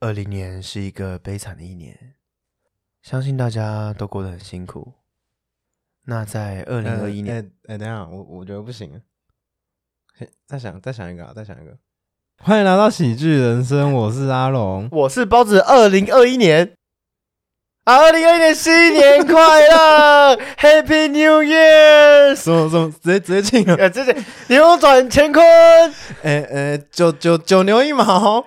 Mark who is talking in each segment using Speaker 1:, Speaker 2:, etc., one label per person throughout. Speaker 1: 二零年是一个悲惨的一年，相信大家都过得很辛苦。那在二零二一年，
Speaker 2: 哎、哎等一下，我我觉得不行了。嘿再想再想一个、啊，再想一个。 欢迎来到喜剧人生，我是阿龙。
Speaker 1: 我是包子。二零二一年啊，二零二一年新年快乐 ，Happy New Year！
Speaker 2: 什么什么，直接直接进 了。
Speaker 1: 呃，这是扭转乾坤
Speaker 2: 哎哎，九九九牛一毛，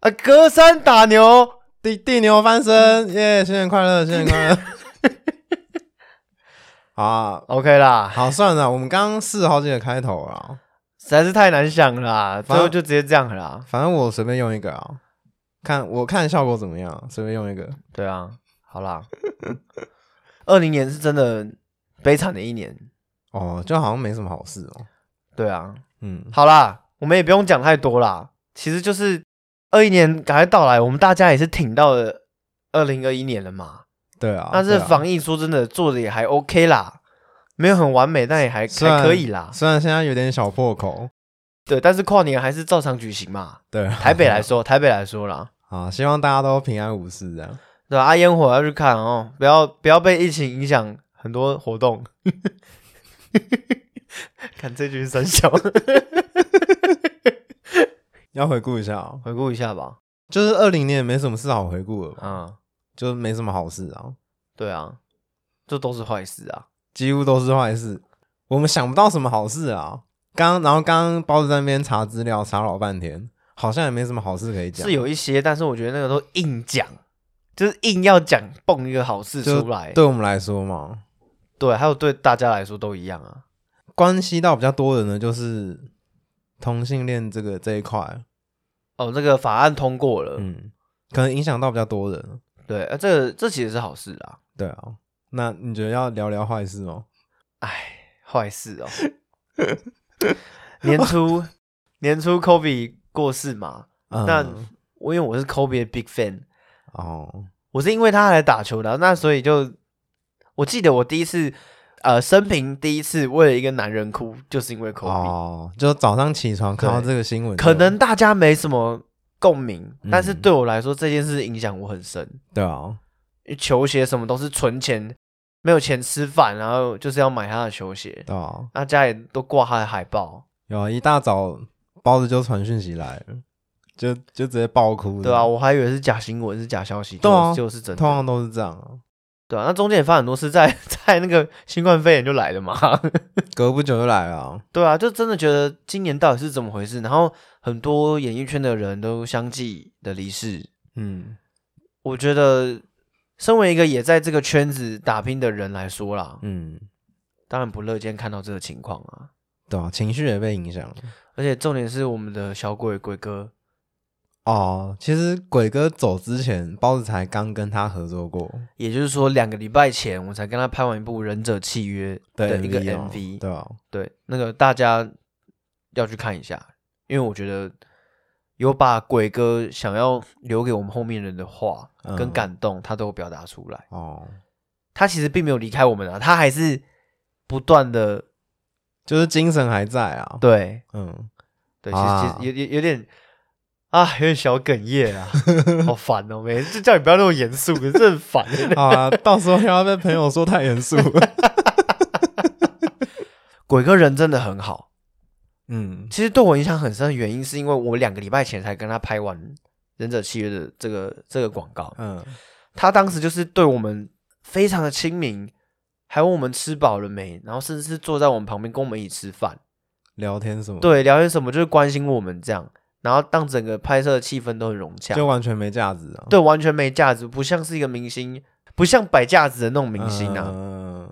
Speaker 1: 啊，隔山打牛。
Speaker 2: 地地牛翻身，耶！新年快乐，新年快乐。 好啊，
Speaker 1: OK 啦，
Speaker 2: 好，算了，我们刚刚试了好几个开头了啊，
Speaker 1: 实在是太难想了啦，最
Speaker 2: 反
Speaker 1: 后
Speaker 2: 正
Speaker 1: 就直接这样了啦。
Speaker 2: 反正我随便用一个啊，看我看效果怎么样，随便用一个。
Speaker 1: 对啊，好啦，二零年是真的悲惨的一年。
Speaker 2: 哦，就好像没什么好事哦。
Speaker 1: 对啊，
Speaker 2: 嗯，
Speaker 1: 好啦，我们也不用讲太多啦，其实就是二一年赶快到来，我们大家也是挺到了二零二一年了嘛。
Speaker 2: 对啊，
Speaker 1: 但是
Speaker 2: 对啊
Speaker 1: 防疫说真的做的也还 OK 啦，没有很完美，但也还
Speaker 2: 虽然
Speaker 1: 还可以啦。
Speaker 2: 虽然现在有点小破口，
Speaker 1: 对，但是跨年还是照常举行嘛。
Speaker 2: 对啊，
Speaker 1: 台北来说，台北来说啦，
Speaker 2: 啊，希望大家都平安无事这样。
Speaker 1: 对吧、啊？烟火要去看哦，不要不要被疫情影响很多活动。 看这句是三小，
Speaker 2: 要回顾一下、哦，
Speaker 1: 回顾一下吧。
Speaker 2: 就是二零年也没什么事好回顾了吧，
Speaker 1: 嗯，
Speaker 2: 就是没什么好事啊，
Speaker 1: 对啊，这都是坏事啊。
Speaker 2: 几乎都是坏事。我们想不到什么好事啊。刚然后刚刚包子在那边查资料，查老半天，好像也没什么好事可以讲。
Speaker 1: 是有一些，但是我觉得那个都硬讲，就是硬要讲蹦一个好事
Speaker 2: 就
Speaker 1: 出来。
Speaker 2: 对我们来说嘛，
Speaker 1: 对，还有对大家来说都一样啊。
Speaker 2: 关系到比较多的呢，就是同性恋这个这一块，
Speaker 1: 哦，这个法案通过了，
Speaker 2: 嗯，可能影响到比较多人。
Speaker 1: 对，啊，这个这其实是好事啊。
Speaker 2: 对啊，那你觉得要聊聊坏事吗？
Speaker 1: 哎，坏事哦。年初年初 Kobe 过世嘛，
Speaker 2: 嗯
Speaker 1: 那我因为我是 Kobe 的 big fan，
Speaker 2: 哦，
Speaker 1: 我是因为他来打球的啊，那所以就我记得我第一次呃生平第一次为了一个男人哭，就是因为 Kobe。
Speaker 2: 哦，就早上起床看到
Speaker 1: 对
Speaker 2: 这个新闻就，
Speaker 1: 可能大家没什么共鸣，
Speaker 2: 嗯
Speaker 1: 但是对我来说这件事影响我很深。
Speaker 2: 对啊，
Speaker 1: 球鞋什么都是存钱，没有钱吃饭，然后就是要买他的球鞋，
Speaker 2: 对啊，
Speaker 1: 那家里都挂他的海报，
Speaker 2: 有啊，一大早包子就传讯息来了，就就直接爆哭，
Speaker 1: 对啊，，我还以为是假新闻，是假消息，
Speaker 2: 对啊
Speaker 1: 结果是真
Speaker 2: 通
Speaker 1: 的，
Speaker 2: 常都是这样啊，
Speaker 1: 对啊，那中间也发生很多事，在 在那个新冠肺炎就来了嘛，
Speaker 2: 隔不久就来了啊，
Speaker 1: 对啊，就真的觉得今年到底是怎么回事，然后很多演艺圈的人都相继的离世，
Speaker 2: 嗯，
Speaker 1: 我觉得，身为一个也在这个圈子打拼的人来说啦，
Speaker 2: 嗯，
Speaker 1: 当然不乐见看到这个情况啊。
Speaker 2: 对啊，情绪也被影响了。
Speaker 1: 而且重点是我们的小鬼鬼哥，
Speaker 2: 哦，其实鬼哥走之前，包子才刚跟他合作过
Speaker 1: 也就是说两个礼拜前我才跟他拍完一部《忍者契约》
Speaker 2: 对
Speaker 1: 的一个
Speaker 2: MV 哦
Speaker 1: MV，
Speaker 2: 对啊，
Speaker 1: 对，那个大家要去看一下，因为我觉得有把鬼哥想要留给我们后面人的话跟
Speaker 2: 嗯
Speaker 1: 感动，他都有表达出来。
Speaker 2: 哦，
Speaker 1: 他其实并没有离开我们啊，他还是不断的
Speaker 2: 就是精神还在啊，，
Speaker 1: 对
Speaker 2: 嗯，
Speaker 1: 对，其实
Speaker 2: 啊
Speaker 1: 其实有有有点啊，有点小哽咽啊，好烦哦！每次就叫你不要那么严肃，可是真的很烦。欸
Speaker 2: 好啊，到时候又要被朋友说太严肃了，
Speaker 1: 鬼哥人真的很好，
Speaker 2: 嗯，
Speaker 1: 其实对我影响很深的原因是因为我两个礼拜前才跟他拍完《忍者契约》的这个这个广告，
Speaker 2: 嗯，
Speaker 1: 他当时就是对我们非常的亲民，还问我们吃饱了没，然后甚至是坐在我们旁边跟我们一起吃饭，
Speaker 2: 聊天什么，，
Speaker 1: 对，聊些什么就是关心我们这样，然后让整个拍摄的气氛都很融洽，
Speaker 2: 就完全没价值啊，
Speaker 1: 对，完全没价值，不像是一个明星，不像摆架子的那种明星啊。
Speaker 2: 嗯，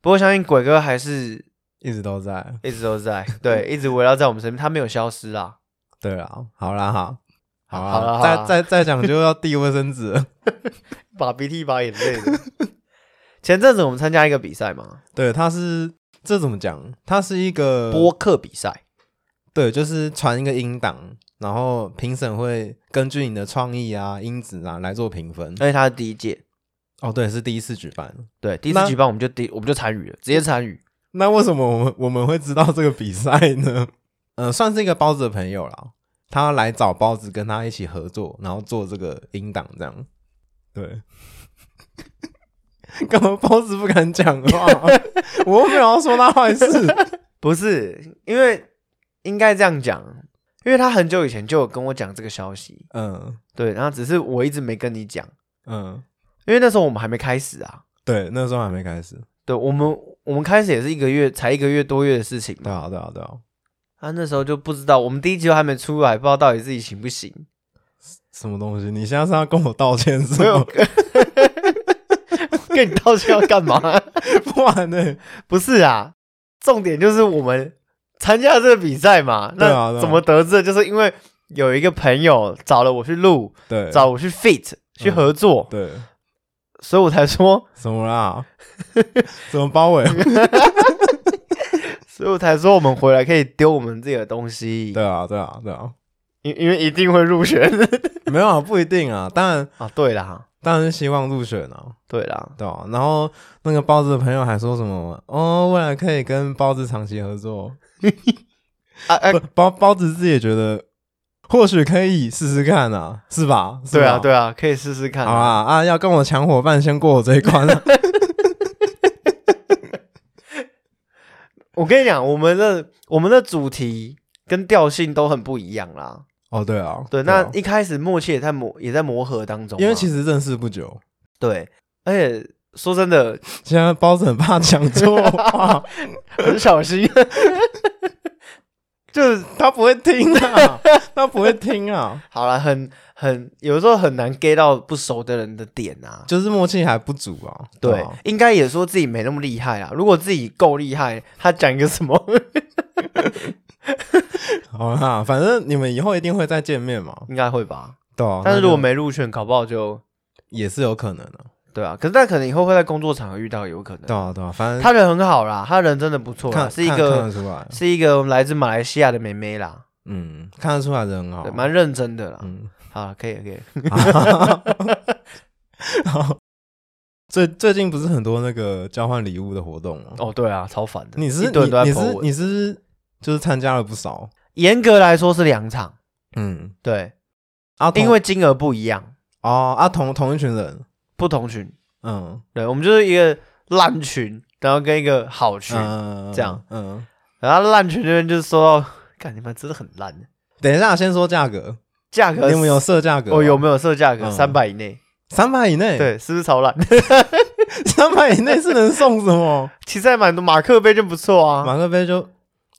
Speaker 1: 不过相信鬼哥还是
Speaker 2: 一直都在，
Speaker 1: 一直都在，对，一直围绕在我们身边，他没有消失啊。
Speaker 2: 对啊，好啦哈，好啦，
Speaker 1: 好啦啊好啦
Speaker 2: 再再再讲就要递卫生 纸了，
Speaker 1: 把鼻涕一把眼泪的。前阵子我们参加一个比赛嘛，
Speaker 2: 对，他是这怎么讲？他是一个
Speaker 1: 播客比赛，
Speaker 2: 对，就是传一个音档，然后评审会根据你的创意啊、音质啊来做评分。
Speaker 1: 而且他是第一届，
Speaker 2: 哦，对，是第一次举办。
Speaker 1: 对，第一次
Speaker 2: 那
Speaker 1: 举办我们就第我们就参与了，直接参与。
Speaker 2: 呃那为什么我们我们会知道这个比赛呢？嗯、算是一个包子的朋友啦，他来找包子跟他一起合作，然后做这个音档这样。对， 干嘛包子不敢讲话？ 我又没有要说他坏事。
Speaker 1: 不是，因为应该这样讲，因为他很久以前就有跟我讲这个消息，
Speaker 2: 嗯
Speaker 1: 对，然后只是我一直没跟你讲，
Speaker 2: 嗯，
Speaker 1: 因为那时候我们还没开始啊，
Speaker 2: 对，那时候还没开始。
Speaker 1: 对我们我们开始也是一个月才一个月多月的事情
Speaker 2: 对
Speaker 1: 嘛，
Speaker 2: 啊，对啊，对啊。
Speaker 1: 他、那时候就不知道，我们第一集都还没出来，不知道到底自己行不行，
Speaker 2: 什么东西？你现在是要跟我道歉是
Speaker 1: 没有
Speaker 2: 吗？
Speaker 1: 跟跟你道歉要干嘛？
Speaker 2: 不然呢？
Speaker 1: 不是啊，重点就是我们参加这个比赛嘛，
Speaker 2: 对啊对
Speaker 1: 那
Speaker 2: 啊
Speaker 1: 怎么得知的？就是因为有一个朋友找了我去录，
Speaker 2: 对，嗯
Speaker 1: 找我去 fit 去合作，
Speaker 2: 对
Speaker 1: 所以我才说，
Speaker 2: 什么啦？ 怎么包围？
Speaker 1: 所以我才说我们回来可以丢我们自己的东西，
Speaker 2: 对啊，对啊，对啊。
Speaker 1: 因因为一定会入选
Speaker 2: 没有啊，不一定啊。当然，
Speaker 1: 啊。对啦，
Speaker 2: 当然是希望入选啊。
Speaker 1: 对啦，
Speaker 2: 对啊，然后那个包子的朋友还说什么哦，未来可以跟包子长期合作。
Speaker 1: 啊啊
Speaker 2: 不，包包子自己也觉得或许可以试试看啊，是吧？是吧
Speaker 1: 对啊，对啊，可以试试看
Speaker 2: 好啊啊！要跟我抢伙伴，先过我这一 关啊。
Speaker 1: 我跟你讲，我们的我们的主题跟调性都很不一样啦。
Speaker 2: 哦，对啊，
Speaker 1: 对，那
Speaker 2: 啊
Speaker 1: 一开始默契也在磨也在磨合当中嘛，啊
Speaker 2: 因为其实认识不久，
Speaker 1: 对，而且说真的，
Speaker 2: 现在包子很怕讲错话，
Speaker 1: 很小心， 就是
Speaker 2: 他不会听 啊，他不会听啊，
Speaker 1: 好了，很很有时候很难 get 到不熟的人的点啊。
Speaker 2: 就是默契还不足啊。
Speaker 1: 对，
Speaker 2: 啊
Speaker 1: 应该也说自己没那么厉害啊。如果自己够厉害，他讲一个什么，
Speaker 2: 好啦，反正你们以后一定会再见面嘛。
Speaker 1: 应该会吧。
Speaker 2: 对啊，
Speaker 1: 但是
Speaker 2: 那
Speaker 1: 如果
Speaker 2: 就
Speaker 1: 没入选，搞不好就
Speaker 2: 也是有可能的、
Speaker 1: 对啊。可是但可能以后会在工作场合遇到，有可能。
Speaker 2: 对啊，对啊，反正
Speaker 1: 他人很好啦，他人真的不错啦，
Speaker 2: 看
Speaker 1: 是一
Speaker 2: 看看
Speaker 1: 个
Speaker 2: 得出来，
Speaker 1: 是一个来自马来西亚的妹妹啦，
Speaker 2: 嗯，看得出来人很好
Speaker 1: 对，，蛮认真的啦。
Speaker 2: 嗯，
Speaker 1: 好，可以可以，
Speaker 2: 好。最最近不是很多那个交换礼物的活动吗？
Speaker 1: 哦，对啊，超烦的。
Speaker 2: 你是
Speaker 1: 一堆人都在
Speaker 2: 你你
Speaker 1: po
Speaker 2: 是
Speaker 1: 文
Speaker 2: 你是就是参加了不少，
Speaker 1: 严格来说是两场，
Speaker 2: 嗯，
Speaker 1: 对，
Speaker 2: 啊，同
Speaker 1: 因为金额不一样，
Speaker 2: 哦啊同同一群人，
Speaker 1: 不同群。
Speaker 2: 嗯
Speaker 1: 对，我们就是一个烂群，然后跟一个好群，
Speaker 2: 嗯，
Speaker 1: 这样，
Speaker 2: 嗯，
Speaker 1: 然后烂群那边就说到，干你们真的很烂，
Speaker 2: 等一下先说价格，
Speaker 1: 价格
Speaker 2: 你们有设价格吗？
Speaker 1: 我哦有没有设价格
Speaker 2: 嗯
Speaker 1: 三百以内？
Speaker 2: 三百以内，，
Speaker 1: 对，是不是超烂？
Speaker 2: 三百以内是能送什么？
Speaker 1: 其实还蛮多马克杯就不错 啊，
Speaker 2: 马克杯就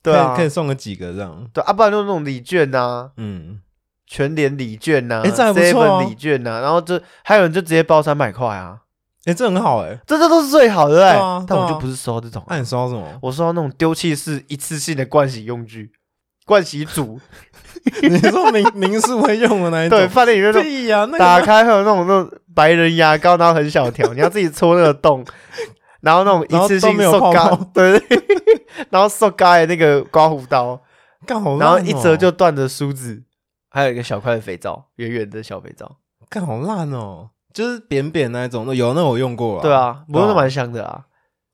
Speaker 1: 对啊
Speaker 2: 可以可以，送个几个这样，
Speaker 1: 对啊，不然就那种礼券啊呐，
Speaker 2: 嗯，
Speaker 1: 全联礼券呐
Speaker 2: 诶这还不错啊
Speaker 1: ，seven 礼券呐，然后就还有人就直接包三百块啊，
Speaker 2: 哎，这很好哎，
Speaker 1: 这这都是最好的
Speaker 2: 对啊
Speaker 1: 哎，但我
Speaker 2: 对啊
Speaker 1: 就不是收这种，
Speaker 2: 那你收到什么？
Speaker 1: 我收到那种丢弃式一次性的盥洗用具、盥洗 组，
Speaker 2: 你说民民宿会用的那一种？
Speaker 1: 对，，饭店里面那种
Speaker 2: 屁呀、那
Speaker 1: 打
Speaker 2: 个
Speaker 1: 开会有那种那种白人牙膏，然后很小 条，你要自己戳那个洞，然后那种一次
Speaker 2: 然后都
Speaker 1: 性
Speaker 2: 没有
Speaker 1: 塑
Speaker 2: 泡
Speaker 1: 胶
Speaker 2: 泡，
Speaker 1: 对，然后塑胶的那个刮胡刀，
Speaker 2: 干好烂哦、
Speaker 1: 然后一折就断的梳子，还有一个小块的肥皂，圆圆的小肥皂。
Speaker 2: 干好烂哦，就是扁扁那一种，有那我用过啊。
Speaker 1: 对，啊，不过
Speaker 2: 对
Speaker 1: 那
Speaker 2: 啊
Speaker 1: 蛮香的啊。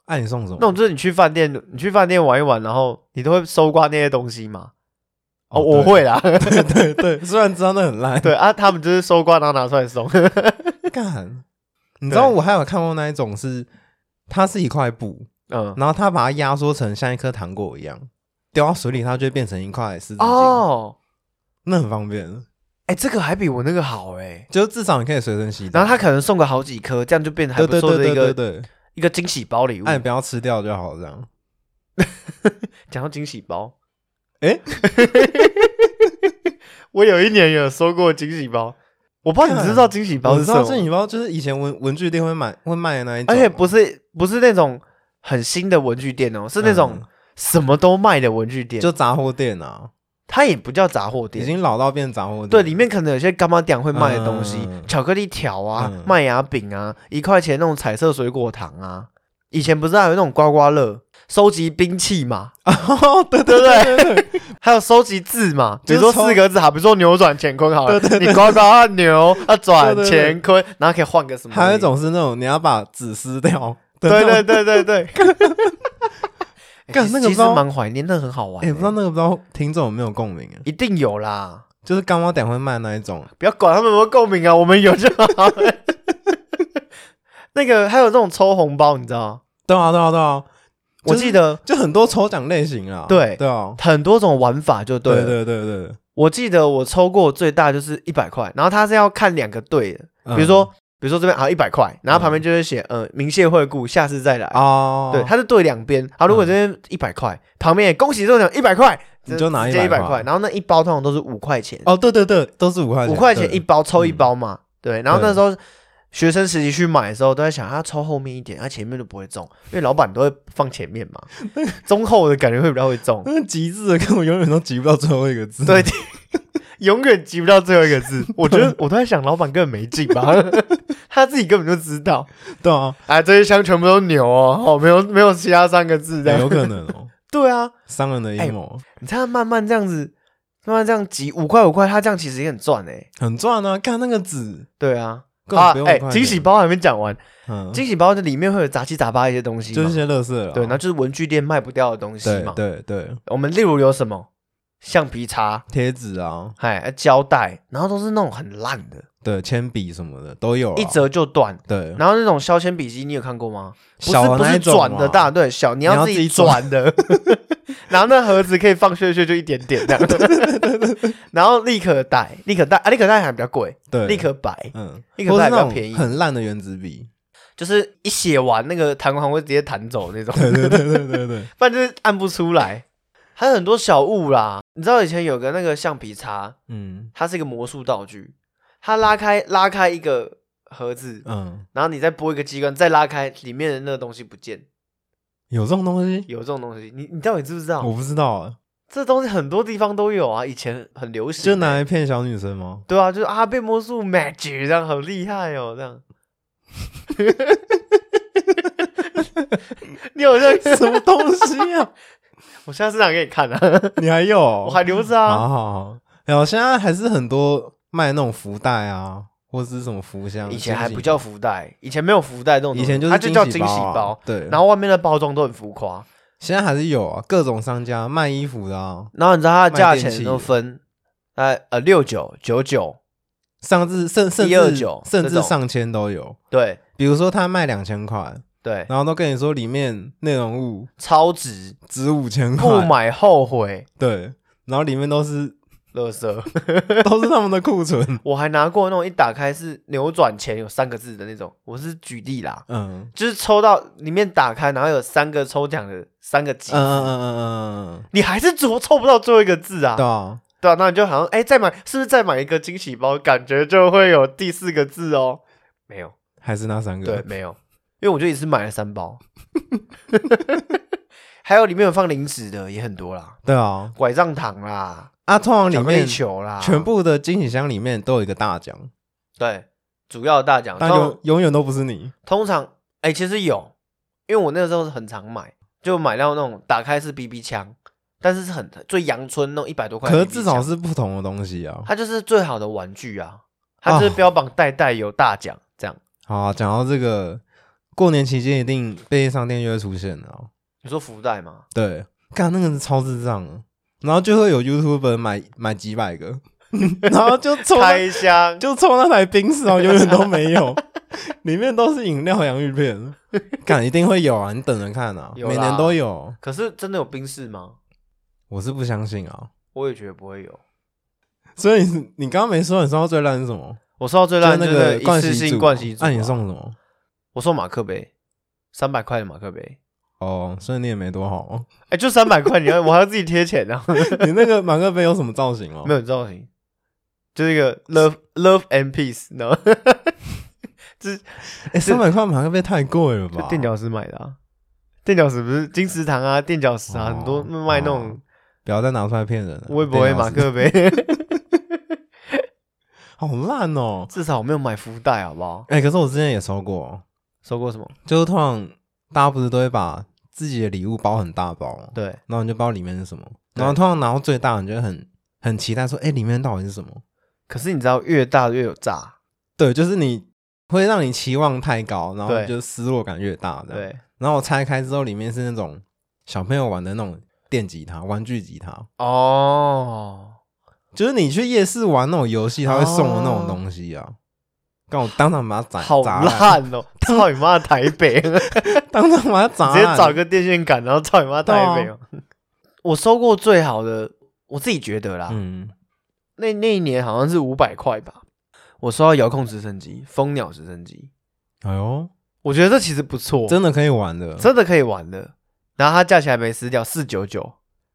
Speaker 2: 那、你送什么？
Speaker 1: 那种就是你去饭店，你去饭店玩一玩，然后你都会搜刮那些东西嘛。哦，我会啦。
Speaker 2: 对。对对对，虽然知道那很烂，
Speaker 1: 对啊，他们就是搜刮，然后拿出来送。 嗯
Speaker 2: 干。你知道我还有看过那一种是，它是一块布，
Speaker 1: 嗯，
Speaker 2: 然后它把它压缩成像一颗糖果一样，丢到水里，它就会变成一块湿纸巾。，
Speaker 1: 哦，
Speaker 2: 那很方便，
Speaker 1: 哎，这个还比我那个好哎。
Speaker 2: 就至少你可以随身携带。
Speaker 1: 然后他可能送个好几颗，这样就变得还
Speaker 2: 对
Speaker 1: 不
Speaker 2: 对
Speaker 1: 错
Speaker 2: 对
Speaker 1: 的一
Speaker 2: 对
Speaker 1: 个
Speaker 2: 对对，
Speaker 1: 一个惊喜包礼物
Speaker 2: 那、。你不要吃掉就好，这样。
Speaker 1: 讲到惊喜包，
Speaker 2: 诶
Speaker 1: 我有一年也有收过惊喜包，我不知道你知不知道惊喜包
Speaker 2: 我
Speaker 1: 是
Speaker 2: 知
Speaker 1: 什
Speaker 2: 道这
Speaker 1: 么，
Speaker 2: 你包就是以前文文具店会买会卖的那一种，
Speaker 1: 而且不是不是那种很新的文具店哦，是那种
Speaker 2: 嗯
Speaker 1: 什么都卖的文具店，
Speaker 2: 就杂货店啊，
Speaker 1: 它也不叫杂货
Speaker 2: 已
Speaker 1: 店。
Speaker 2: 经老到变杂货店。
Speaker 1: 对，里面可能有些干妈店会卖的东西，
Speaker 2: 嗯
Speaker 1: 巧克力条啊、
Speaker 2: 嗯
Speaker 1: 麦芽饼啊，一块钱那种彩色水果糖啊。以前不是还有那种刮刮乐，收集兵器嘛，
Speaker 2: 哦，对
Speaker 1: 对
Speaker 2: 对
Speaker 1: 不
Speaker 2: 对，
Speaker 1: 对？还有收集字嘛，比如
Speaker 2: 就是
Speaker 1: 说
Speaker 2: 抽
Speaker 1: 四个字好，比如说扭转乾坤好了，你刮刮啊牛啊转
Speaker 2: 对对对
Speaker 1: 乾坤，然后可以换个什么？
Speaker 2: 还有一，种是那种你要把纸撕掉。
Speaker 1: 对对，对对对。欸
Speaker 2: 干
Speaker 1: 其
Speaker 2: 那个
Speaker 1: 其实
Speaker 2: 不知道
Speaker 1: 蛮怀念，那很好玩
Speaker 2: 哎，
Speaker 1: 欸。
Speaker 2: 不知道那个不知道听众有没有共鸣啊？
Speaker 1: 一定有啦，
Speaker 2: 就是刚猫点会慢那一种。
Speaker 1: 不要管他们有没有共鸣啊，我们有就好了。那个还有那种抽红包，你知道吗？
Speaker 2: 对啊，对啊，对啊，
Speaker 1: 我
Speaker 2: 就是
Speaker 1: 记得
Speaker 2: 就很多抽奖类型啊。
Speaker 1: 对
Speaker 2: 对啊，
Speaker 1: 很多种玩法，就对了。
Speaker 2: 对对对对对。
Speaker 1: 我记得我抽过最大就是一百块，然后他是要看两个队的，
Speaker 2: 嗯
Speaker 1: 比如说、比如说这边啊一百块，然后旁边就会写呃明谢惠顾，下次再来。
Speaker 2: 哦，嗯
Speaker 1: 对，他是对两边。好，如果这边一百块，旁边也恭喜中奖一百块，
Speaker 2: 你就拿
Speaker 1: 直接
Speaker 2: 100
Speaker 1: 一百
Speaker 2: 块
Speaker 1: 块，然后那一包通常都是五块钱，
Speaker 2: 哦，对对对，都是五块钱，
Speaker 1: 五块钱
Speaker 2: 对嗯
Speaker 1: 一包抽一包嘛。对，然后那
Speaker 2: 对
Speaker 1: 时候学生时期去买的时候，都在想他抽后面一点，他啊前面就不会中，因为老板都会放前面 嘛，中后的感觉会比较会中。
Speaker 2: 那个极致的，根本永远都集不到最后一个字。
Speaker 1: 对， 永远集不到最后一个字。我觉得我都在想，老板根本没劲吧， 他自己根本就知道。
Speaker 2: 对啊，
Speaker 1: 哎，这一箱全部都牛哦，哦，没有没有其他三个字
Speaker 2: 有
Speaker 1: 的。
Speaker 2: 可能哦，
Speaker 1: 对啊，
Speaker 2: 商人的阴谋
Speaker 1: 你看他慢慢这样子，慢慢这样集五块五块，他这样其实也很赚哎、
Speaker 2: 很赚啊！看那个纸，
Speaker 1: 对啊，
Speaker 2: 根本
Speaker 1: 啊
Speaker 2: 不，用
Speaker 1: 哎、
Speaker 2: 看
Speaker 1: 惊喜包还没讲完，
Speaker 2: 嗯，
Speaker 1: 惊喜包这里面会有杂七杂八一些东西
Speaker 2: 就是一
Speaker 1: 嘛，
Speaker 2: 些乐色了啊。
Speaker 1: 对，那就是文具店卖不掉的东西嘛。
Speaker 2: 对对对，
Speaker 1: 我们例如有什么橡皮擦，
Speaker 2: 贴纸啊，
Speaker 1: 哎，胶带，然后都是那种很烂的，
Speaker 2: 对，铅笔什么的都有啊，
Speaker 1: 一折就断。
Speaker 2: 对，
Speaker 1: 然后那种削铅笔机，你有看过吗？不是
Speaker 2: 小的
Speaker 1: 不
Speaker 2: 那
Speaker 1: 是
Speaker 2: 一种
Speaker 1: 转的
Speaker 2: 啊
Speaker 1: 大，对小，你
Speaker 2: 要
Speaker 1: 要
Speaker 2: 自
Speaker 1: 己
Speaker 2: 己转
Speaker 1: 转 的。然后那盒子可以放屑屑，就一点点这样。 然后立可带，立可带啊，立可带还比较贵，
Speaker 2: 对，
Speaker 1: 立可白
Speaker 2: 嗯，
Speaker 1: 立可
Speaker 2: 或
Speaker 1: 带
Speaker 2: 是
Speaker 1: 比
Speaker 2: 那
Speaker 1: 较
Speaker 2: 种
Speaker 1: 便宜，
Speaker 2: 很烂的原子笔，
Speaker 1: 就是一写完那个弹簧会直接弹走那种，
Speaker 2: 对对对对对 对，
Speaker 1: 不然就是按不出来。还有很多小物啦，你知道以前有个那个橡皮擦，
Speaker 2: 嗯
Speaker 1: 它是一个魔术道具，它拉开拉开一个盒子，
Speaker 2: 嗯，
Speaker 1: 然后你再拨一个机关，再拉开里面的那个东西不见。
Speaker 2: 有这种东西，
Speaker 1: 有这种东西，你你到底知不知
Speaker 2: 我
Speaker 1: 道？
Speaker 2: 不知道啊，
Speaker 1: 这东西很多地方都有啊，以前很流行欸、
Speaker 2: 就拿来骗小女 生吗？
Speaker 1: 对啊，就是啊，变魔术 magic 这样好厉害哦，这样。 你好像
Speaker 2: 什么东西啊？
Speaker 1: 我下次拿给你看啊，
Speaker 2: 你还有？
Speaker 1: 我还留着啊。
Speaker 2: 好好好，然后现在还是很多卖那种福袋啊，或是什么福箱，
Speaker 1: 以前还
Speaker 2: 惊喜
Speaker 1: 不叫福袋，以前没有福袋这种东
Speaker 2: 以
Speaker 1: 西，
Speaker 2: 前就是
Speaker 1: 它就叫惊
Speaker 2: 包
Speaker 1: 喜
Speaker 2: 啊
Speaker 1: 包，，
Speaker 2: 对。
Speaker 1: 然后外面的包装都很浮夸，
Speaker 2: 现在还是有啊，各种商家卖衣服的啊。
Speaker 1: 然后你知道它的
Speaker 2: 卖
Speaker 1: 价
Speaker 2: 电
Speaker 1: 钱
Speaker 2: 器
Speaker 1: 都
Speaker 2: 的
Speaker 1: 分，呃呃六九九九，
Speaker 2: 上至甚甚至
Speaker 1: 129
Speaker 2: 甚
Speaker 1: 这
Speaker 2: 至
Speaker 1: 种
Speaker 2: 上千都有，
Speaker 1: 对
Speaker 2: 比如说他卖两千块，
Speaker 1: 对，
Speaker 2: 然后都跟你说里面内容物
Speaker 1: 超值，
Speaker 2: 值五千
Speaker 1: 不
Speaker 2: 块，
Speaker 1: 买后悔，
Speaker 2: 对，然后里面都是
Speaker 1: 乐色。
Speaker 2: 都是他们的库存，
Speaker 1: 我还拿过那种一打开是扭转前有三个字的那种，我是举例啦，
Speaker 2: 嗯
Speaker 1: 就是抽到里面打开，然后有三个抽奖的三个
Speaker 2: 嗯
Speaker 1: 集，
Speaker 2: 嗯嗯嗯嗯嗯，
Speaker 1: 你还是抽抽不到最后一个字啊
Speaker 2: 对，啊，
Speaker 1: 对啊，那你就好像哎、再买是不是再买一个惊喜包，感觉就会有第四个字哦，没有，
Speaker 2: 还是那三个，
Speaker 1: 对，没有，因为我就一次买了三包， 还有里面有放零食的也很多啦，
Speaker 2: 对啊，
Speaker 1: 拐杖糖啦，
Speaker 2: 啊，通常
Speaker 1: 巧
Speaker 2: 里
Speaker 1: 克力
Speaker 2: 面
Speaker 1: 球啊啦，
Speaker 2: 全部的惊喜箱里面都有一个大奖，
Speaker 1: 对，主要的大奖，
Speaker 2: 但
Speaker 1: 通
Speaker 2: 永永远都不是你。
Speaker 1: 通常，哎、其实有，因为我那个时候是很常买，就买到那种打开是 BB 枪，但是是很最阳春那种一百多块
Speaker 2: 可
Speaker 1: 的
Speaker 2: 是
Speaker 1: BB
Speaker 2: 至
Speaker 1: 枪。
Speaker 2: 少是不同的东西啊。
Speaker 1: 它就是最好的玩具啊，它就是
Speaker 2: 哦
Speaker 1: 标榜代代有大奖这样。
Speaker 2: 好啊，讲到这个，过年期间一定便利商店就会出现的啊。
Speaker 1: 你说福袋吗？
Speaker 2: 对，干那个是超智障的，然后就会有 YouTuber 买买几百个， 然后就抽那
Speaker 1: 开箱
Speaker 2: 就抽那台冰室啊，永远都没有， 里面都是饮料、洋芋片，干一定会有啊，你等着看啊，
Speaker 1: 有
Speaker 2: 每
Speaker 1: 啦
Speaker 2: 年都有。
Speaker 1: 可是真的有冰室吗？
Speaker 2: 我是不相信啊，
Speaker 1: 我也觉得不会有。
Speaker 2: 所以你你刚刚没说你收到最烂是什么？
Speaker 1: 我收到最烂
Speaker 2: 就
Speaker 1: 就
Speaker 2: 那个
Speaker 1: 是一
Speaker 2: 冠
Speaker 1: 次
Speaker 2: 希
Speaker 1: 性
Speaker 2: 组
Speaker 1: 冠希组、
Speaker 2: 啊
Speaker 1: 啊
Speaker 2: 那你送？什么？
Speaker 1: 我送马克杯，三百块的马克杯。
Speaker 2: 哦，所以你也没多好哦。
Speaker 1: 哎、就三百块，你要 我还要自己贴钱呢、啊。
Speaker 2: 你那个马克杯有什么造型哦？
Speaker 1: 没有造型，就是一个 love love and peace，然后
Speaker 2: 哎，三百块马克杯太贵了吧？
Speaker 1: 就垫脚石买的啊。垫脚石不是金石堂啊，垫脚石啊，
Speaker 2: 哦
Speaker 1: 很多卖那种
Speaker 2: 不要再拿出来骗人了。
Speaker 1: 微博会
Speaker 2: 电脑
Speaker 1: 马
Speaker 2: 是
Speaker 1: 克杯，
Speaker 2: 好烂哦。
Speaker 1: 至少我没有买福袋，好不好？
Speaker 2: 哎，可是我之前也收过，
Speaker 1: 收过什么？
Speaker 2: 就是通常大家不是都会把自己的礼物包很大包，
Speaker 1: 对，
Speaker 2: 然后你就不知道里面是什么，
Speaker 1: 对
Speaker 2: 然后通常拿到最大，你就会很很期待说，哎，里面到底是什么？
Speaker 1: 可是你知道越大越有炸，
Speaker 2: 对，就是你会让你期望太高，然后
Speaker 1: 对
Speaker 2: 就失落感越大的。
Speaker 1: 对，
Speaker 2: 然后我拆开之后，里面是那啊种小朋友玩的那种电吉他、玩具吉他，
Speaker 1: 哦，
Speaker 2: 就是你去夜市玩那种游戏，他会送的那种东西啊。刚我当场把它砸
Speaker 1: 哦好
Speaker 2: 砸烂，
Speaker 1: 烂哦！操你妈的台北！
Speaker 2: 当场把它砸
Speaker 1: 直接
Speaker 2: 烂。
Speaker 1: 找个电线杆，然后操你妈台北、哦！
Speaker 2: 啊
Speaker 1: 我收过最好的，我自己觉得啦，
Speaker 2: 嗯，
Speaker 1: 那那一年好像是五百块吧，我收到遥控直升机，蜂鸟直升机，
Speaker 2: 哎呦，
Speaker 1: 我觉得这其实不错，
Speaker 2: 真的可以玩的。
Speaker 1: 真的可以玩的。然后它价钱还没撕掉，四九九，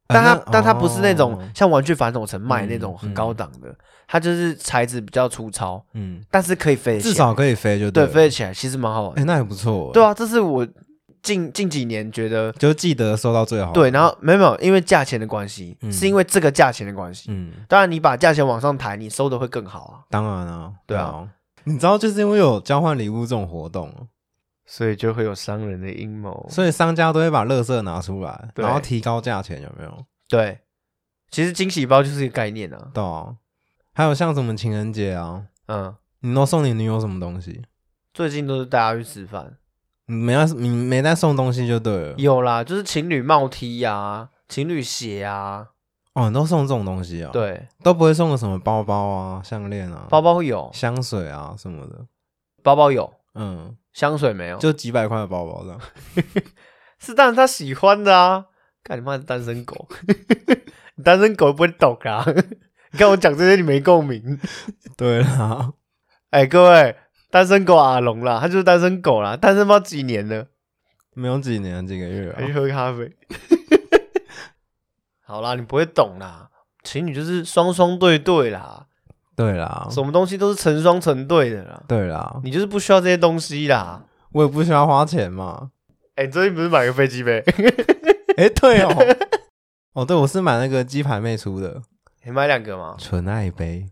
Speaker 1: 但它、
Speaker 2: 啊那
Speaker 1: 但它不是那种
Speaker 2: 哦
Speaker 1: 像玩具反斗城卖
Speaker 2: 嗯
Speaker 1: 那种很高档的，它就是材质比较粗糙，
Speaker 2: 嗯，
Speaker 1: 但是可以飞得起来，
Speaker 2: 至少可以飞就
Speaker 1: 对
Speaker 2: 了
Speaker 1: 飞得起来，其实蛮好玩的
Speaker 2: 哎、那也不错。
Speaker 1: 对，啊，这是我近近几年觉得
Speaker 2: 就记得收到最好。
Speaker 1: 对，，然后没有没有，因为价钱的关系，
Speaker 2: 嗯
Speaker 1: 是因为这个价钱的关系。
Speaker 2: 嗯，
Speaker 1: 当然，你把价钱往上抬，你收的会更好啊。
Speaker 2: 当然啊，
Speaker 1: 对啊
Speaker 2: 啊。你知道，就是因为有交换礼物这种活动哦，
Speaker 1: 所以就会有商人的阴谋。
Speaker 2: 所以商家都会把乐色拿出来，
Speaker 1: 对
Speaker 2: 然后提高价钱，有没有？
Speaker 1: 对，其实惊喜包就是一个概念啊。
Speaker 2: 对啊。还有像什么情人节啊，
Speaker 1: 嗯，
Speaker 2: 你都送你女友什么东西？
Speaker 1: 最近都是大家去吃饭，
Speaker 2: 你没在，你没在送东西就对了。
Speaker 1: 有啦，就是情侣帽 T 啊，情侣鞋啊，
Speaker 2: 哦，你都送这种东西啊？，
Speaker 1: 对，
Speaker 2: 都不会送个什么包包啊、项链啊、
Speaker 1: 包包会有，
Speaker 2: 香水啊什么的。
Speaker 1: 包包有，
Speaker 2: 嗯，
Speaker 1: 香水没有，
Speaker 2: 就几百块的包包 这样。
Speaker 1: 是当然他喜欢的啊。看你妈是单身 狗，你单身狗不会懂啊。 你看我讲这些你没共鸣。
Speaker 2: 对啦，
Speaker 1: 哎、各位，单身狗阿龙啦，他就是单身狗啦，单身猫几年了，
Speaker 2: 没有几年，几个月啊
Speaker 1: 还。去喝咖啡。好啦，你不会懂啦，情侣就是双双对对啦，
Speaker 2: 对啦，
Speaker 1: 什么东西都是成双成对的啦，
Speaker 2: 对啦，
Speaker 1: 你就是不需要这些东西啦。
Speaker 2: 我也不需要花钱嘛。
Speaker 1: 哎、你最近不是买个飞机杯？
Speaker 2: 哎、对哦，哦，对，我是买那个鸡排妹出的
Speaker 1: 你买两个吗？
Speaker 2: 纯爱杯，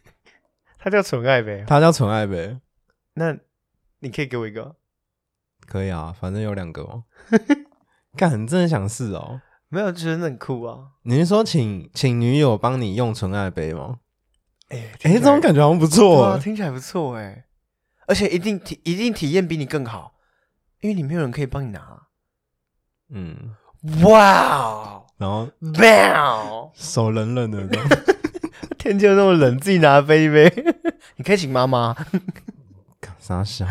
Speaker 1: 它叫纯爱杯，
Speaker 2: 它叫纯爱杯，
Speaker 1: 那你可以给我一个吗？
Speaker 2: 可以啊，反正有两个 哦。干，你真的想试哦？
Speaker 1: 没有，就是很酷啊。
Speaker 2: 你是说请请女友帮你用纯爱杯吗？
Speaker 1: 哎、
Speaker 2: 哎、
Speaker 1: 听起来
Speaker 2: 这种感觉好像不
Speaker 1: 对
Speaker 2: 错
Speaker 1: 啊，
Speaker 2: 哦。
Speaker 1: 听起来不错哎、而且一定体一定体验比你更好，因为你没有人可以帮你拿。啊
Speaker 2: 嗯，
Speaker 1: 哇
Speaker 2: 然后
Speaker 1: ，bang！
Speaker 2: 手冷冷的这样，
Speaker 1: 天气又那么冷，自己拿飞机杯， 你可以请妈妈。
Speaker 2: 干傻 笑。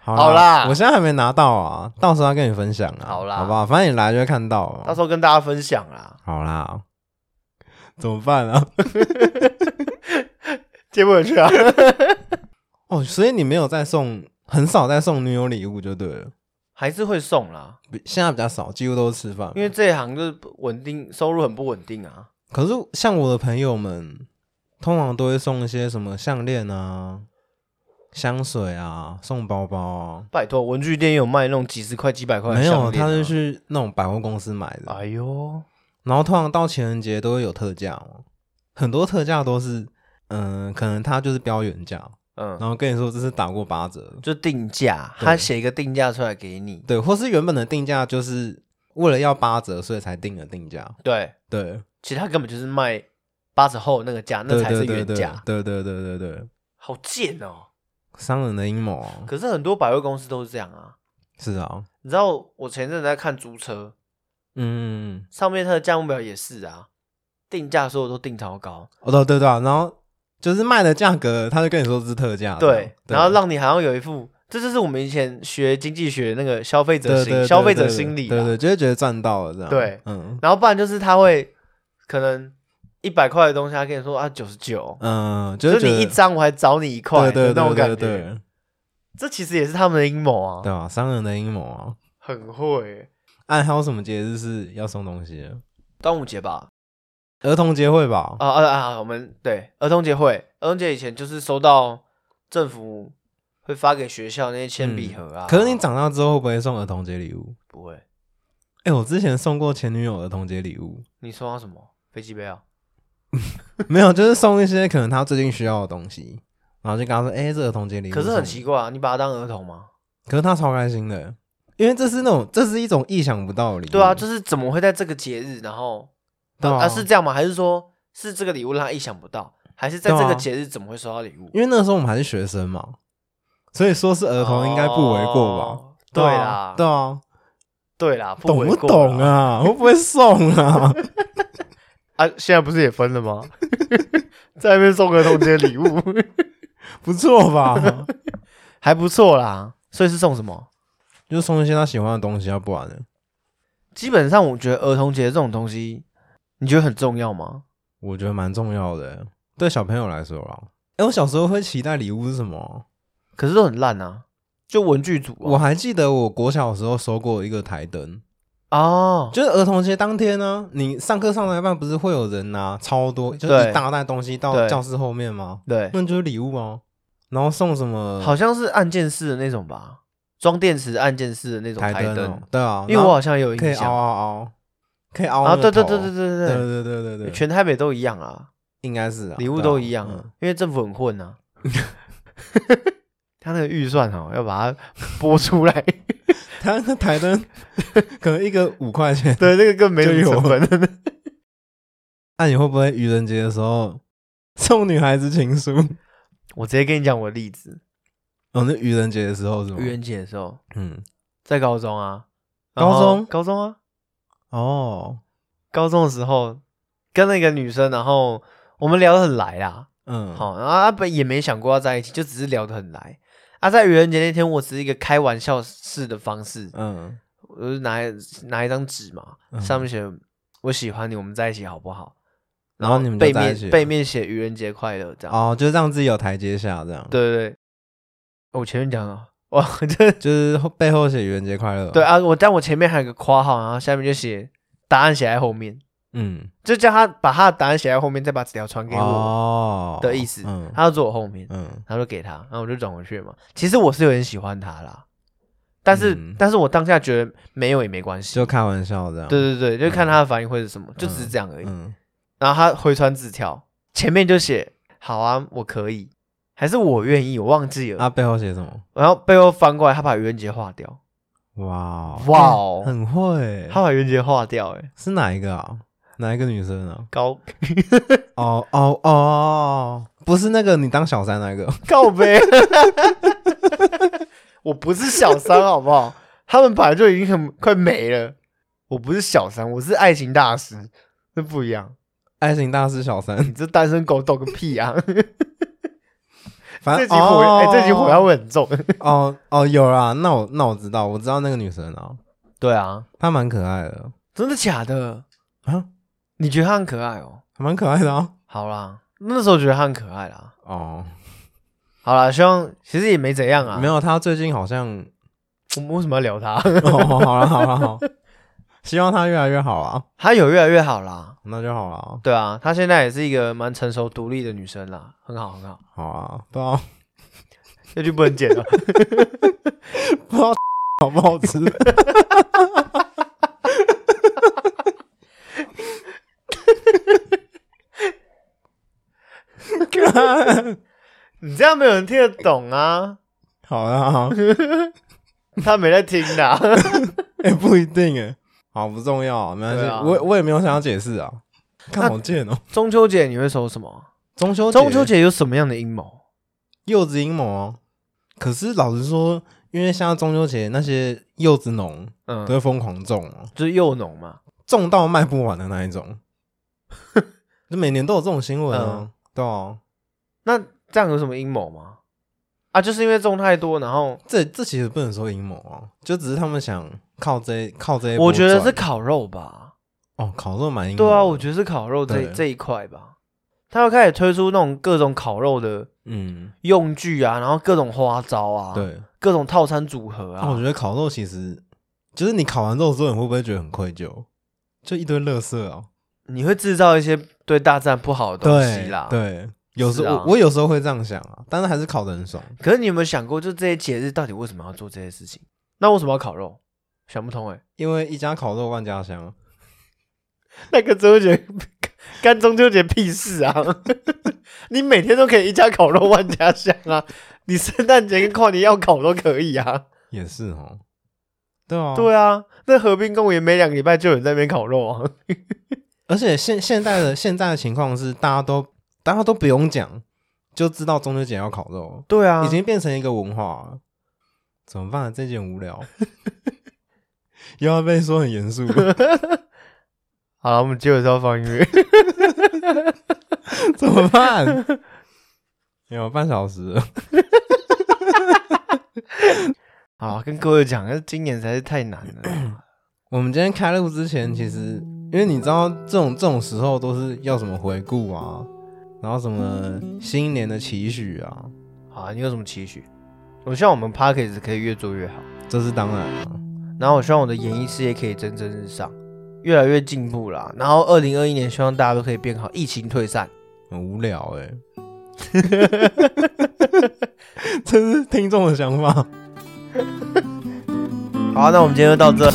Speaker 2: 好
Speaker 1: 好啦
Speaker 2: 我现在还没拿到啊，到时候要跟你分享啊。
Speaker 1: 好啦
Speaker 2: 好不好？反正你来就会看到啊。
Speaker 1: 到时候跟大家分享啊啦。
Speaker 2: 好啦，怎么办啊？
Speaker 1: 接不回去啊？
Speaker 2: 哦，所以你没有再送，很少再送女友礼物就对了，
Speaker 1: 还是会送啦，
Speaker 2: 比现在比较少，几乎都是吃饭。
Speaker 1: 因为这一行就是不稳定，收入很不稳定啊。
Speaker 2: 可是像我的朋友们，通常都会送一些什么项链啊、香水啊、送包包啊。
Speaker 1: 拜托，文具店也有卖那种几十块、几百块的
Speaker 2: 没有，
Speaker 1: 项链啊
Speaker 2: 他是去那种百货公司买的，
Speaker 1: 哎呦，
Speaker 2: 然后通常到情人节都会有特价哦，很多特价都是，嗯、可能他就是标原价，
Speaker 1: 嗯，
Speaker 2: 然后跟你说这是打过八折的，
Speaker 1: 就定价，
Speaker 2: 对
Speaker 1: 他写一个定价出来给你。
Speaker 2: 对，或是原本的定价就是为了要八折，所以才定的定价，
Speaker 1: 对，
Speaker 2: 对，
Speaker 1: 其实他根本就是卖八折后那个价，那
Speaker 2: 对
Speaker 1: 才是
Speaker 2: 对对
Speaker 1: 原
Speaker 2: 对
Speaker 1: 价，
Speaker 2: 对对对对对，
Speaker 1: 好贱哦！
Speaker 2: 商人的阴谋啊
Speaker 1: 可是很多百货公司都是这样啊。
Speaker 2: 是啊，
Speaker 1: 你知道我前阵子在看租车，
Speaker 2: 嗯，
Speaker 1: 上面它的价目表也是啊，定价所有都定超高，
Speaker 2: 哦对对对啊，然后就是卖的价格，他就跟你说这是特价，
Speaker 1: 对，
Speaker 2: 这
Speaker 1: 然
Speaker 2: 样
Speaker 1: 后让你好像有一副，这就是我们以前学经济学那个消费
Speaker 2: 对
Speaker 1: 者
Speaker 2: 对对
Speaker 1: 心消费
Speaker 2: 对
Speaker 1: 者
Speaker 2: 对
Speaker 1: 心理，
Speaker 2: 对对，，就会觉得赚到了这样，
Speaker 1: 对
Speaker 2: 嗯
Speaker 1: 然后不然就是他会可能一百块的东西，他跟你说啊九十九，
Speaker 2: 嗯，就
Speaker 1: 就是是
Speaker 2: 觉
Speaker 1: 你
Speaker 2: 得
Speaker 1: 一张我还找你一块
Speaker 2: 对
Speaker 1: 的
Speaker 2: 对
Speaker 1: 那
Speaker 2: 对
Speaker 1: 种感
Speaker 2: 对
Speaker 1: 觉，
Speaker 2: 对，
Speaker 1: 这其实也是他们的阴谋啊，
Speaker 2: 对啊，商人的阴谋啊，
Speaker 1: 很会欸。
Speaker 2: 啊，还有什么节日是要送东西的？
Speaker 1: 端午节吧，
Speaker 2: 儿童节会吧？
Speaker 1: 啊啊啊！我们对儿童节会，儿童节以前就是收到政府会发给学校那些铅笔盒啊。
Speaker 2: 嗯可是你长大之后会不会送儿童节礼物？
Speaker 1: 不会？
Speaker 2: 哎，我之前送过前女友儿童节礼物，
Speaker 1: 你收到什么？飞机杯啊？
Speaker 2: 没有，就是送一些可能他最近需要的东西，然后就跟他说：“哎、这儿童节礼物。”
Speaker 1: 可是很奇，怪啊，你把它当儿童吗？
Speaker 2: 可是他超开心的，因为这是那种这是一种意想不到的礼物。
Speaker 1: 对啊，就是是怎么会在这个节日，然后
Speaker 2: 对啊
Speaker 1: 啊是这样吗？还是说是这个礼物让他意想不到？还是在
Speaker 2: 对啊
Speaker 1: 这个节日怎么会收到礼物？
Speaker 2: 因为那时候我们还是学生嘛，所以说是儿童应该不为过吧？
Speaker 1: 哦对啦，
Speaker 2: 对啊，
Speaker 1: 对啦，
Speaker 2: 懂
Speaker 1: 为
Speaker 2: 不啊
Speaker 1: 过啦
Speaker 2: 懂？啊？会不会送啊？
Speaker 1: 啊，现在不是也分了吗？ 在那边送儿童节礼物
Speaker 2: 不错吧？
Speaker 1: 还不错啦，所以是送什么？
Speaker 2: 就是送一些他喜欢的东西啊，不然呢
Speaker 1: 基本上我觉得儿童节这种东西，你觉得很重要吗？
Speaker 2: 我觉得蛮重要的欸，对小朋友来说啦。哎、我小时候会期待礼物是什么啊？
Speaker 1: 可是都很烂啊，就文具组、
Speaker 2: 我
Speaker 1: 啊。
Speaker 2: 还记得我国小的时候收过一个台灯，
Speaker 1: 哦，
Speaker 2: 就是儿童节当天呢、你上课上到一半不是会有人拿超多，就是
Speaker 1: 对
Speaker 2: 一大袋东西到
Speaker 1: 对
Speaker 2: 教室后面吗？
Speaker 1: 对，
Speaker 2: 那就是礼物哦、然后送什么
Speaker 1: 好像是按键式的那种吧，装电池按键式的那种
Speaker 2: 台
Speaker 1: 灯，
Speaker 2: 哦、对啊，
Speaker 1: 因为我好像有
Speaker 2: 可以
Speaker 1: 印
Speaker 2: 凹
Speaker 1: 象。
Speaker 2: 凹凹，可以凹
Speaker 1: 啊，
Speaker 2: 那个
Speaker 1: 对对
Speaker 2: 头
Speaker 1: 对对对对
Speaker 2: 对对对对
Speaker 1: 对，
Speaker 2: 对，
Speaker 1: 全台北都一样啊，
Speaker 2: 应该是啊
Speaker 1: 礼物
Speaker 2: 对啊
Speaker 1: 都一样啊
Speaker 2: 嗯，
Speaker 1: 因为政府很混 啊。他那个预算哦，要把它拨出来，
Speaker 2: 他那台灯 可能一个五块钱。
Speaker 1: 对，那个更没
Speaker 2: 就
Speaker 1: 什
Speaker 2: 有
Speaker 1: 么成本。
Speaker 2: 那你会不会愚人节的时候送女孩子情书？
Speaker 1: 我直接跟你讲我的例子，
Speaker 2: 哦，那愚人节的时候是吗？
Speaker 1: 愚人节的时候，
Speaker 2: 嗯，
Speaker 1: 在高中啊，
Speaker 2: 高
Speaker 1: 然后
Speaker 2: 中
Speaker 1: 高中啊，
Speaker 2: 哦，
Speaker 1: 高中的时候跟那个女生，然后我们聊得很来啦，
Speaker 2: 嗯，，
Speaker 1: 好，然后啊本也没想过要在一起，就只是聊得很来。啊，在愚人节那天，我只是一个开玩笑式的方式，
Speaker 2: 嗯，
Speaker 1: 我就拿拿一张纸嘛，
Speaker 2: 嗯
Speaker 1: 上面写“我喜欢你，我们在一起好不好”，
Speaker 2: 然后你们就
Speaker 1: 背
Speaker 2: 在一起
Speaker 1: 面
Speaker 2: 了
Speaker 1: 背面写“愚人节快乐”这样。
Speaker 2: 哦，就是让自己有台阶下，这样，，
Speaker 1: 对对对，哦我前面讲了，哇， 这
Speaker 2: 就是后背后写愚人节快乐，
Speaker 1: 对，啊，我但我前面还有个括号，然后下面就写答案写在后面，
Speaker 2: 嗯，
Speaker 1: 就叫他把他的答案写在后面，再把纸条传给我
Speaker 2: 哦
Speaker 1: 的意思，
Speaker 2: 嗯
Speaker 1: 他要坐我后面，
Speaker 2: 嗯，
Speaker 1: 然后就给他，然后我就转回去嘛。其实我是有点喜欢他啦，但是、
Speaker 2: 嗯
Speaker 1: 但是我当下觉得没有也没关系
Speaker 2: 就，开玩笑这样，
Speaker 1: 对对对，就看他的反应会是什么，就只是这样而已。
Speaker 2: 嗯，
Speaker 1: 然后他回传纸条，前面就写好啊，我可以，还是我愿意，我忘记了。
Speaker 2: 啊，背后写什么？
Speaker 1: 然后背后翻过来，他把愚人节划掉，
Speaker 2: 哇
Speaker 1: 哇哦
Speaker 2: 很会，
Speaker 1: 他把愚人节划掉、欸，哎，
Speaker 2: 是哪一个啊？哪一个女生啊？
Speaker 1: 高
Speaker 2: 哦哦哦，不是那个你当小三那个，
Speaker 1: 告呗， 我不是小三，好不好？他们本来就已经很快没了，我不是小三，我是爱情大师，那不一样。
Speaker 2: 爱情大师小三，
Speaker 1: 你这单身狗懂个屁啊！
Speaker 2: 反
Speaker 1: 这
Speaker 2: 正
Speaker 1: 集火，哎、
Speaker 2: 哦
Speaker 1: 这集火药味很 重。
Speaker 2: 哦哦有啦，那我那我知道，我知道那个女生啊，
Speaker 1: 对啊，
Speaker 2: 她蛮可爱的
Speaker 1: 真的假的？
Speaker 2: 啊，
Speaker 1: 你觉得他很可爱哦？
Speaker 2: 还蛮可爱的啊。
Speaker 1: 好啦，那时候觉得他很可爱啦。
Speaker 2: 哦，
Speaker 1: 好啦，希望其实也没怎样啊。
Speaker 2: 没
Speaker 1: 有，
Speaker 2: 有，她最近好 像，
Speaker 1: 我们为什么要聊他？
Speaker 2: 哦，好了好了好，希望她越来越好啊，
Speaker 1: 他有越来越好啦。
Speaker 2: 那就好了，
Speaker 1: 对啊，她现在也是一个蛮成熟独立的女生啦，很好很好。
Speaker 2: 好啊，不知道
Speaker 1: 这就不能 剪了。
Speaker 2: 不知道 好不好吃，
Speaker 1: 你这样没有人听得懂啊，
Speaker 2: 好啦，好
Speaker 1: 他没在听的、啊。
Speaker 2: 哎、不一定哎，好不重要，没关系，
Speaker 1: 对啊
Speaker 2: 我我也没有想要解释啊，看
Speaker 1: 那
Speaker 2: 好贱哦、
Speaker 1: 中秋节你会收什么？
Speaker 2: 中秋
Speaker 1: 中秋节有什么样的阴谋？
Speaker 2: 柚子阴谋哦。可是老实说，因为像中秋节那些柚子农
Speaker 1: 嗯
Speaker 2: 都，会疯狂种哦，
Speaker 1: 就是幼农嘛。
Speaker 2: 种到卖不完的那 一种，就每年都有这种新闻啊
Speaker 1: 嗯。
Speaker 2: 对啊，
Speaker 1: 那这样有什么阴谋吗？啊，就是因为种太多，然后
Speaker 2: 这这其实不能说阴谋啊，就只是他们想靠这靠这一波
Speaker 1: 我觉得是
Speaker 2: 赚
Speaker 1: 烤肉吧。
Speaker 2: 哦，烤肉蛮阴谋的。
Speaker 1: 对啊，我觉得是烤肉这
Speaker 2: 对
Speaker 1: 这一块吧。他要开始推出那种各种烤肉的
Speaker 2: 嗯，
Speaker 1: 用具啊，然后各种花招啊，，
Speaker 2: 对。哦
Speaker 1: 各种套餐组合
Speaker 2: 那我
Speaker 1: 啊
Speaker 2: 觉。得烤肉其实就是你烤完肉之后，你会不会觉得很愧疚？就一堆垃圾啊，
Speaker 1: 你会制造一些对大自然不好的东西
Speaker 2: 对
Speaker 1: 啦。。
Speaker 2: 对，有时
Speaker 1: 是
Speaker 2: 候
Speaker 1: 啊
Speaker 2: 我我有时候会这样想啊，但是还是烤的很爽。
Speaker 1: 可是你有没有想过，就这些节日到底为什么要做这些事情？那为什么要烤肉？想不通哎、
Speaker 2: 因为一家烤肉万家香，
Speaker 1: 那跟中秋节干中秋节屁事啊！你每天都可以一家烤肉万家香啊！你圣诞节跟跨年要烤都可以啊！
Speaker 2: 也是哦。对啊，
Speaker 1: 对啊，那河滨公园每两个礼拜就有人在那边烤肉啊！
Speaker 2: 而且现现在的现在的情况是，大家都大家都不用讲，就知道中秋节要烤肉，
Speaker 1: 对啊
Speaker 2: 已经变成一个文化了。怎么办？ 这件无聊，又要被说很严肃。
Speaker 1: 好了，我们结尾是要放音乐，
Speaker 2: 怎么办？有半小时了，
Speaker 1: 好，跟各位讲，那今年实在是太难了。
Speaker 2: 我们今天开录之前，其实因为你知道这种这种时候都是要什么回顾啊，然后什么新年的期许啊，
Speaker 1: 好，你有什么期许？我希望我们 p a c k a g e 可以越做越好，
Speaker 2: 这是当然啊。
Speaker 1: 然后我希望我的演艺事业可以蒸蒸日上，越来越进步啦。然后二零二一年，希望大家都可以变好，疫情退散。
Speaker 2: 很无聊哎、 这是听众的想法。
Speaker 1: 啊好，那我们今天就到这。